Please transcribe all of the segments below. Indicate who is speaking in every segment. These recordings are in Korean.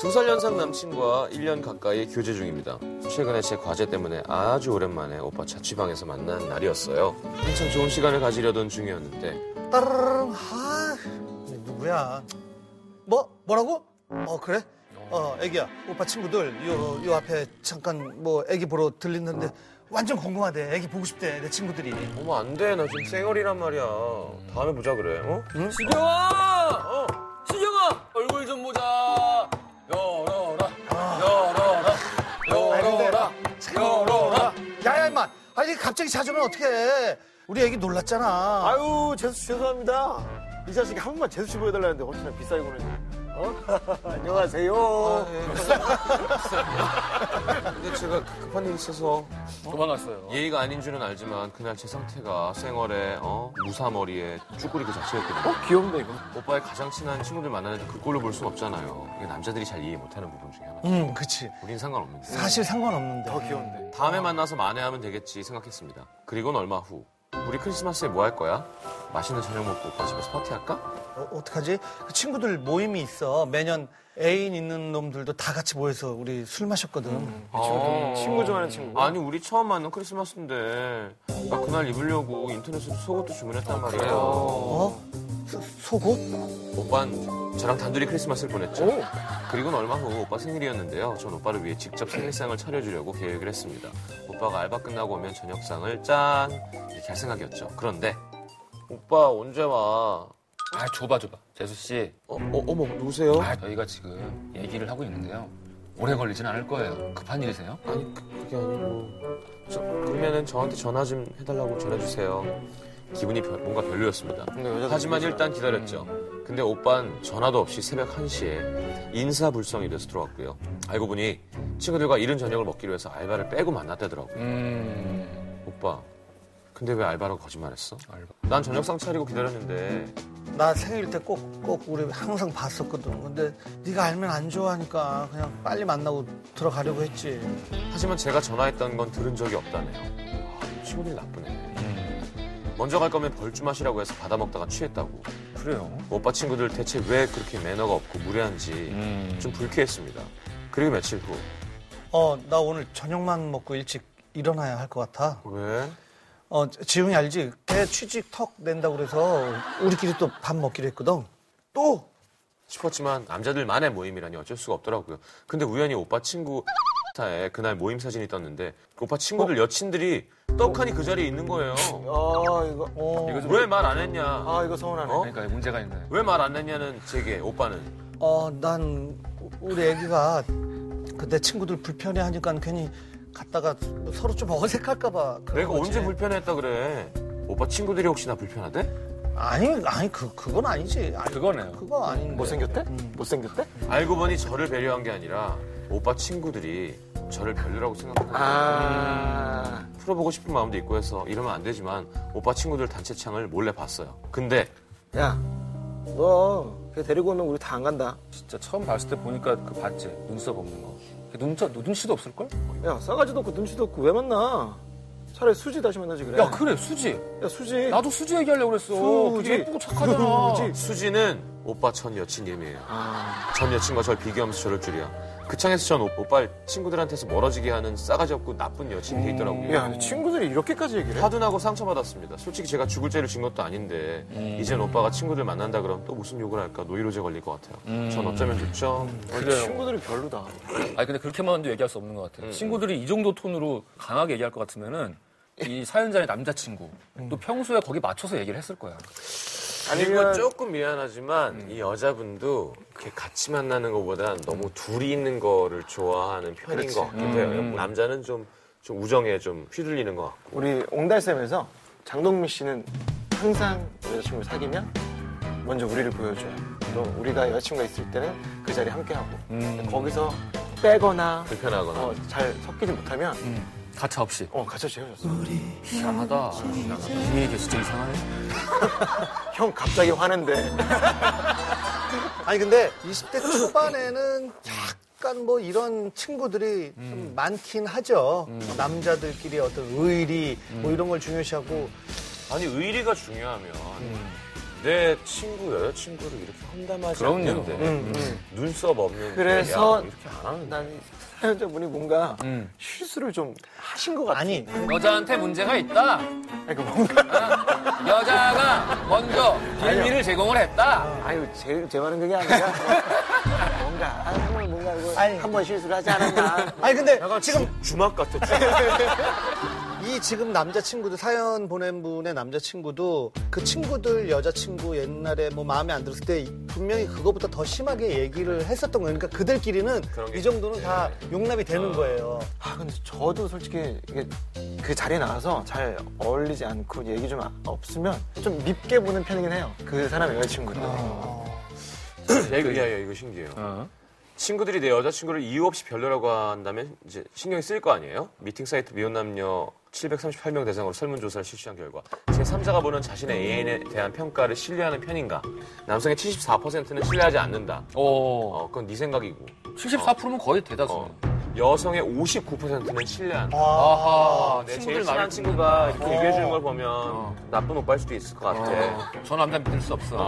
Speaker 1: 두 살 연상 남친과 1년 가까이 교제 중입니다. 최근에 제 과제 때문에 아주 오랜만에 오빠 자취방에서 만난 날이었어요. 한참 좋은 시간을 가지려던 중이었는데
Speaker 2: 따르릉 하 누구야 뭐 뭐라고 어 그래 어 애기야 오빠 친구들 요 요 앞에 잠깐 뭐 애기 보러 들리는데 완전 궁금하대 애기 보고 싶대 내 친구들이
Speaker 1: 어머 안 돼. 나 지금 쌩얼이란 말이야. 다음에 보자 그래. 어?
Speaker 3: 수경아!
Speaker 1: 어.
Speaker 3: 수경아! 얼굴 좀 보자. 열어라. 열어라. 열어라. 열어라.
Speaker 2: 야야 임마 아니 갑자기 찾으면 어떡해 우리 애기 놀랐잖아
Speaker 4: 아유 재수 씨 죄송합니다. 이 자식이 한 번만 재수 씨 보여달라는데 어찌나 비싸게 보내. 어? 안녕하세요.
Speaker 1: 어, 예. 근데 제가 급한 일이 있어서
Speaker 3: 도망갔어요.
Speaker 1: 예의가 아닌 줄은 알지만 그날 제 상태가 쌩얼에 어? 무사머리에 쭈꾸리 그 자체였거든요.
Speaker 4: 귀엽네 이거. 오빠의
Speaker 1: 오빠의 가장 친한 친구들 만나는데 그꼴로 볼 순 없잖아요. 이게 남자들이 잘 이해 못하는 부분 중에 하나.
Speaker 2: 음 그치
Speaker 1: 우린 상관없는데.
Speaker 2: 사실 상관없는데
Speaker 4: 더 귀여운데.
Speaker 1: 다음에 만나서 만회하면 되겠지 생각했습니다. 그리고는 얼마 후 우리 크리스마스에 뭐 할 거야? 맛있는 저녁 먹고 오빠 집에서 파티할까?
Speaker 2: 어, 어떡하지 그 친구들 모임이 있어 매년 애인 있는 놈들도 다 같이 모여서 우리 술 마셨거든
Speaker 1: 아.
Speaker 4: 친구 좋아하는 친구.
Speaker 1: 아니 우리 처음 만난 크리스마스인데 나 그날 입으려고 인터넷으로 속옷도 주문했단 말이야.
Speaker 2: 어 소- 속옷
Speaker 1: 오빤 저랑 단둘이 크리스마스를 보냈죠. 그리고는 얼마 후 오빠 생일이었는데요. 전 오빠를 위해 직접 생일상을 차려주려고 계획을 했습니다. 오빠가 알바 끝나고 오면 저녁상을 짠 이렇게 할 생각이었죠. 그런데 오빠 언제 와?
Speaker 3: 아, 줘봐, 줘봐. 재수씨.
Speaker 1: 어, 어 어머 누구세요?
Speaker 3: 아, 저희가 지금 얘기를 하고 있는데요. 오래 걸리진 않을 거예요. 급한 일이세요?
Speaker 1: 아니 그, 그게 아니고 저, 그러면은 저한테 전화 좀 해달라고 전해주세요 기분이 별- 뭔가 별로였습니다 하지만 일단 기다렸죠 근데 오빤 전화도 없이 새벽 1시에 인사불성이 돼서 들어왔고요 알고 보니 친구들과 이른 저녁을 먹기로 해서 알바를 빼고 만났다더라고요
Speaker 3: 음.
Speaker 1: 오빠 근데 왜 알바라고 거짓말했어?
Speaker 3: 알바.
Speaker 1: 난 저녁상 차리고 기다렸는데
Speaker 2: 나 생일 때 꼭 꼭 우리 항상 봤었거든. 근데 네가 알면 안 좋아하니까 그냥 빨리 만나고 들어가려고 했지.
Speaker 1: 하지만 제가 전화했던 건 들은 적이 없다네요 아, 친구들이 나쁘네 먼저 갈 거면 벌주 마시라고 해서 받아먹다가 취했다고
Speaker 3: 그래요.
Speaker 1: 오빠 친구들 대체 왜 그렇게 매너가 없고 무례한지
Speaker 3: 음.
Speaker 1: 좀 불쾌했습니다. 그리고 며칠 후
Speaker 2: 어, 나 오늘 저녁만 먹고 일찍 일어나야 할 것 같아.
Speaker 1: 왜?
Speaker 2: 어, 지웅이 알지? 걔 취직 턱 낸다고 그래서 우리끼리 또 밥 먹기로 했거든. 또
Speaker 1: 싶었지만 남자들만의 모임이라니 어쩔 수가 없더라고요. 근데 우연히 오빠 친구 타에 그날 모임 사진이 떴는데 그 오빠 친구들 여친들이 떡하니 그 자리에 있는 거예요.
Speaker 4: 아 이거.
Speaker 2: 어,
Speaker 3: 이거 좀.
Speaker 1: 왜 말 안 했냐?
Speaker 4: 아 이거 서운하네.
Speaker 1: 어?
Speaker 3: 그러니까 문제가 있네.
Speaker 1: 왜 말 안 했냐는 제게 오빠는
Speaker 2: 어, 난 우리 애기가 그내 친구들 불편해 하니까 괜히 갔다가 서로 좀 어색할까 봐. 그런
Speaker 1: 내가
Speaker 2: 거지.
Speaker 1: 언제 불편했다 그래? 오빠 친구들이 혹시나 불편하대?
Speaker 2: 아니, 아니 그 그건 아니지. 아니,
Speaker 3: 그거네요.
Speaker 2: 그거 아닌데.
Speaker 4: 못생겼대? 못생겼대?
Speaker 1: 알고 보니 저를 배려한 게 아니라 오빠 친구들이 저를 별로라고 생각하고
Speaker 4: 아.
Speaker 1: 풀어보고 싶은 마음도 있고 해서 이러면 안 되지만 오빠 친구들 단체창을 몰래 봤어요. 근데
Speaker 4: 야, 너 걔 데리고 오면 우리 다 안 간다.
Speaker 3: 진짜 처음 봤을 때 보니까 그 봤지? 눈썹 없는 거. 그 눈썹, 눈치도 없을걸?
Speaker 4: 야, 싸가지도 없고 눈치도 없고 왜 만나? 차라리 수지 다시 만나지 그래.
Speaker 3: 야, 그래, 수지.
Speaker 4: 야, 수지.
Speaker 3: 나도 수지 얘기하려고 그랬어.
Speaker 4: 수지.
Speaker 3: 네. 수지. 예쁘고 착하잖아.
Speaker 4: 수지.
Speaker 1: 수지는 오빠 전 여친 예미예요.
Speaker 4: 아,
Speaker 1: 전 여친과 저를 비교하면서 저럴 줄이야. 그 창에서 전 오- 오빠를 친구들한테서 멀어지게 하는 싸가지 없고 나쁜 여친이 돼
Speaker 2: 음,
Speaker 1: 있더라고요.
Speaker 4: 야, 근데 친구들이 이렇게까지 얘기를 해?
Speaker 1: 화도 나고 상처받았습니다. 솔직히 제가 죽을 죄를 진 것도 아닌데 이젠 오빠가 친구들 만난다 그러면 또 무슨 욕을 할까 노이로제 걸릴 것 같아요. 전 어쩌면 좋죠?
Speaker 3: 그래요.
Speaker 4: 친구들이 별로다.
Speaker 3: 아니, 근데 그렇게만도 얘기할 수 없는 것 같아요. 친구들이 이 정도 톤으로 강하게 얘기할 것 같으면은 이 사연자의 남자친구 또 평소에 거기 맞춰서 얘기를 했을 거야.
Speaker 1: 그리고
Speaker 4: 아니면-
Speaker 1: 조금 미안하지만 이 여자분도 이렇게 같이 만나는 것보단 너무 둘이 있는 거를 좋아하는 편인 것 같기도 해요. 남자는 좀, 좀 우정에 좀 휘둘리는 것 같고.
Speaker 4: 우리 옹달샘에서 장동민 씨는 항상 여자친구를 사귀면 먼저 우리를 보여줘요. 또 우리가 여자친구가 있을 때는 그 자리에 함께하고
Speaker 3: 음,
Speaker 4: 거기서 빼거나
Speaker 1: 불편하거나.
Speaker 4: 어, 잘 섞이지 못하면
Speaker 3: 가차 없이.
Speaker 4: 어, 같이 재워줬어.
Speaker 3: 이상하다. 이 얘기 진짜 이상하네.
Speaker 4: 형 갑자기 화낸대.
Speaker 2: 아니 근데 20대 초반에는 약간 뭐 이런 친구들이 좀 많긴 하죠. 남자들끼리 어떤 의리 뭐 이런 걸 중요시하고
Speaker 1: 아니 의리가 중요하면 음. 내 친구 여자친구를 이렇게 험담하지
Speaker 3: 그럼요.
Speaker 1: 않는데
Speaker 4: 음,
Speaker 1: 눈썹 없는
Speaker 4: 그래서-
Speaker 1: 야, 이렇게 안 하는데
Speaker 4: 난 사연자분이 뭔가
Speaker 3: 음.
Speaker 4: 실수를 좀 하신 것 같아.
Speaker 2: 아니
Speaker 3: 여자한테 문제가 있다.
Speaker 4: 그러니까 뭔가
Speaker 3: 여자가 먼저 빌미를 제공을 했다.
Speaker 4: 아유 제, 제 말은 그게 아니라 뭔가 아, 정말 뭔가 이거
Speaker 2: 아니.
Speaker 4: 한 번 실수를 하지 않았나.
Speaker 2: 아니 근데 지금
Speaker 1: 지금 주막 같아 주막.
Speaker 2: 이 지금 남자친구도 사연 보낸 분의 남자친구도 그 친구들 여자친구 옛날에 뭐 마음에 안 들었을 때 분명히 그거보다 더 심하게 얘기를 했었던 거예요. 그러니까 그들끼리는
Speaker 1: 그런 게
Speaker 2: 이 정도는 다 용납이 되는 거예요.
Speaker 4: 아 근데 저도 솔직히 이게 그 자리에 나와서 잘 어울리지 않고 얘기 좀 아- 없으면 좀 밉게 보는 편이긴 해요. 그 사람의 여자친구는.
Speaker 2: 아.
Speaker 1: 야, 이거, 야, 야, 그, 예, 이거 신기해요
Speaker 3: 어.
Speaker 1: 친구들이 내 여자친구를 이유 없이 별로라고 한다면 이제 신경이 쓰일 거 아니에요? 미팅 사이트 미혼남녀 738명 대상으로 설문조사를 실시한 결과 제3자가 보는 자신의 애인에 대한 평가를 신뢰하는 편인가? 남성의 74%는 신뢰하지 않는다.
Speaker 3: 오,
Speaker 1: 어, 그건 네 생각이고.
Speaker 3: 74%면 거의 대다수.
Speaker 1: 어, 여성의 59%는 신뢰한다.
Speaker 3: 아하,
Speaker 1: 아, 내
Speaker 3: 친구들
Speaker 1: 제일 친한
Speaker 3: 말을
Speaker 1: 친구가 이렇게 얘기해주는 걸 보면
Speaker 3: 어.
Speaker 1: 나쁜 오빠일 수도 있을 것 같아.
Speaker 3: 듣는다. 어. 저 남자 믿을 수 없어.
Speaker 1: 어.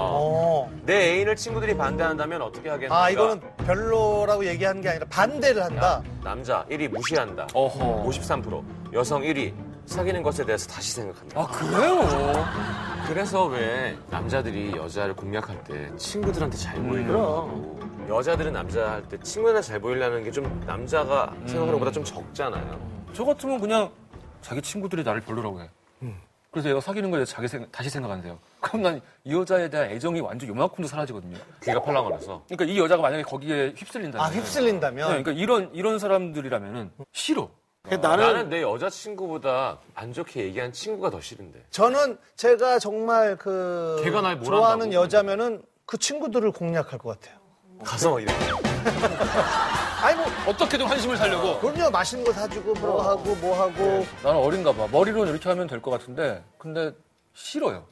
Speaker 2: 어.
Speaker 1: 내 애인을 친구들이 반대한다면 어떻게 하겠는가?
Speaker 2: 아 이거는 별로라고 얘기하는 게 아니라 반대를 한다.
Speaker 1: 남자 1위 무시한다.
Speaker 3: 어허.
Speaker 1: 53% 여성 1위 사귀는 것에 대해서 다시 생각한다.
Speaker 3: 아, 그래요?
Speaker 1: 아, 그래서 왜 남자들이 여자를 공략할 때 친구들한테 잘 보이려고 하고 음. 여자들은 남자 할 때 친구들한테 잘 보이려는 게 좀 남자가 생각하는 것보다 좀 적잖아요.
Speaker 3: 저 같으면 그냥 자기 친구들이 나를 별로라고 해.
Speaker 2: 음.
Speaker 3: 그래서 얘가 사귀는 거에 대해서 자기 생- 다시 생각한대요. 그럼 난 이 여자에 대한 애정이 완전 요만큼도 사라지거든요.
Speaker 1: 귀가 팔랑거려서
Speaker 3: 그러니까 이 여자가 만약에 거기에 휩쓸린다면.
Speaker 2: 아 휩쓸린다면
Speaker 3: 네, 그러니까 이런, 이런 사람들이라면은 싫어.
Speaker 1: 나는, 내 여자친구보다 안 좋게 얘기한 친구가 더 싫은데
Speaker 2: 저는 제가 정말 그
Speaker 1: 걔가 날 뭐라
Speaker 2: 좋아하는
Speaker 1: 한다고?
Speaker 2: 여자면은 그 친구들을 공략할 것 같아요.
Speaker 1: 가서 막 이렇게
Speaker 2: 아니 뭐
Speaker 3: 어떻게든 환심을 살려고.
Speaker 2: 그럼요 맛있는 거 사주고 뭐 하고 뭐 하고
Speaker 3: 나는 어린가 봐. 머리로는 이렇게 하면 될 것 같은데, 근데 싫어요.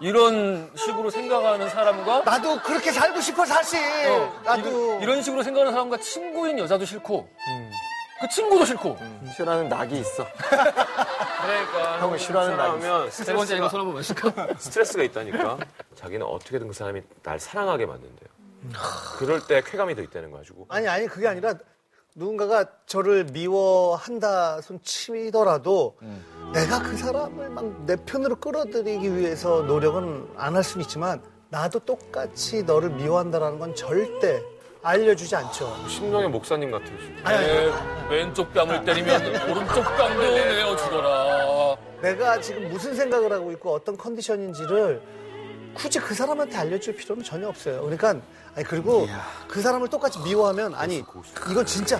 Speaker 3: 이런 식으로 생각하는 사람과
Speaker 2: 나도 그렇게 살고 싶어 사실.
Speaker 3: 어,
Speaker 2: 네, 나도
Speaker 3: 이런, 이런 식으로 생각하는 사람과 친구인 여자도 싫고,
Speaker 2: 음.
Speaker 3: 그 친구도 싫고.
Speaker 4: 싫어하는 음, 낙이 있어.
Speaker 1: 그러니까
Speaker 4: 형을 싫어하는 날이
Speaker 1: 사람하면
Speaker 3: 세 번째
Speaker 1: 스트레스가,
Speaker 3: 이거
Speaker 1: 아,
Speaker 3: 손한번 마실까?
Speaker 1: 스트레스가 있다니까 자기는 어떻게든 그 사람이 날 사랑하게 만든대요. 그럴 때 쾌감이 더 있다는 거 가지고
Speaker 2: 아니 아니 그게 아니라 누군가가 저를 미워한다 손 치더라도 내가 그 사람을 막 내 편으로 끌어들이기 위해서 노력은 안 할 수는 있지만 나도 똑같이 너를 미워한다라는 건 절대 알려주지 않죠.
Speaker 1: 신동의 목사님 같아요. 지금.
Speaker 2: 아니, 아니,
Speaker 3: 왼쪽 뺨을 때리면 오른쪽 뺨도 내어주더라.
Speaker 2: 내가 지금 무슨 생각을 하고 있고 어떤 컨디션인지를 굳이 그 사람한테 알려줄 필요는 전혀 없어요. 그러니까 아니 그리고 그 사람을 똑같이 미워하면 아니 이건 진짜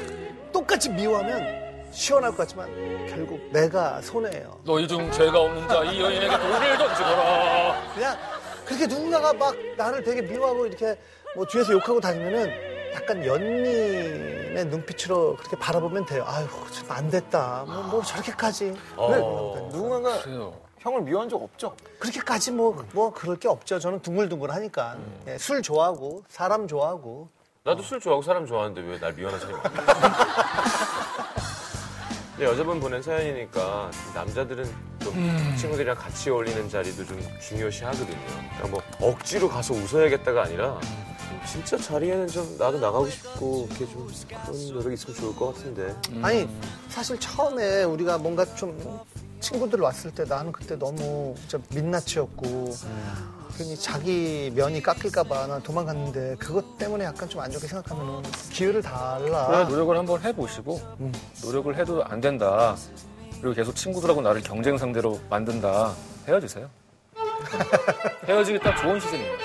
Speaker 2: 똑같이 미워하면 시원할 것 같지만 결국 내가 손해예요.
Speaker 3: 너희 중 죄가 없는 자 이 여인에게 돌을 던지거라.
Speaker 2: 그냥 그렇게 누군가가 막 나를 되게 미워하고 이렇게 뭐 뒤에서 욕하고 다니면은 약간 연민의 눈빛으로 그렇게 바라보면 돼요. 아유 참 안 됐다. 뭐, 뭐 저렇게까지 네.
Speaker 4: 근데
Speaker 1: 어.
Speaker 4: 누군가가
Speaker 3: 그래요.
Speaker 4: 형을 미워한 적 없죠?
Speaker 2: 그렇게까지 뭐, 뭐 그럴 게 없죠. 저는 둥글둥글하니까. 예, 술 좋아하고, 사람 좋아하고.
Speaker 1: 나도 술 좋아하고 사람 좋아하는데 왜 날 미워하는 사람이 많아? 근데 여자분 보낸 사연이니까 남자들은 좀 친구들이랑 같이 어울리는 자리도 좀 중요시 하거든요. 그러니까 뭐 억지로 가서 웃어야겠다가 아니라 진짜 자리에는 좀 나도 나가고 싶고 이렇게 좀 그런 노력이 있으면 좋을 것 같은데.
Speaker 2: 아니, 사실 처음에 우리가 뭔가 좀 친구들 왔을 때 나는 그때 너무 진짜 민낯이었고. 괜히 자기 면이 깎일까봐 난 도망갔는데 그것 때문에 약간 좀 안 좋게 생각하면 기회를 달라.
Speaker 3: 노력을 한번 해보시고 노력을 해도 안 된다. 그리고 계속 친구들하고 나를 경쟁 상대로 만든다. 헤어지세요. 헤어지기 딱 좋은 시즌입니다.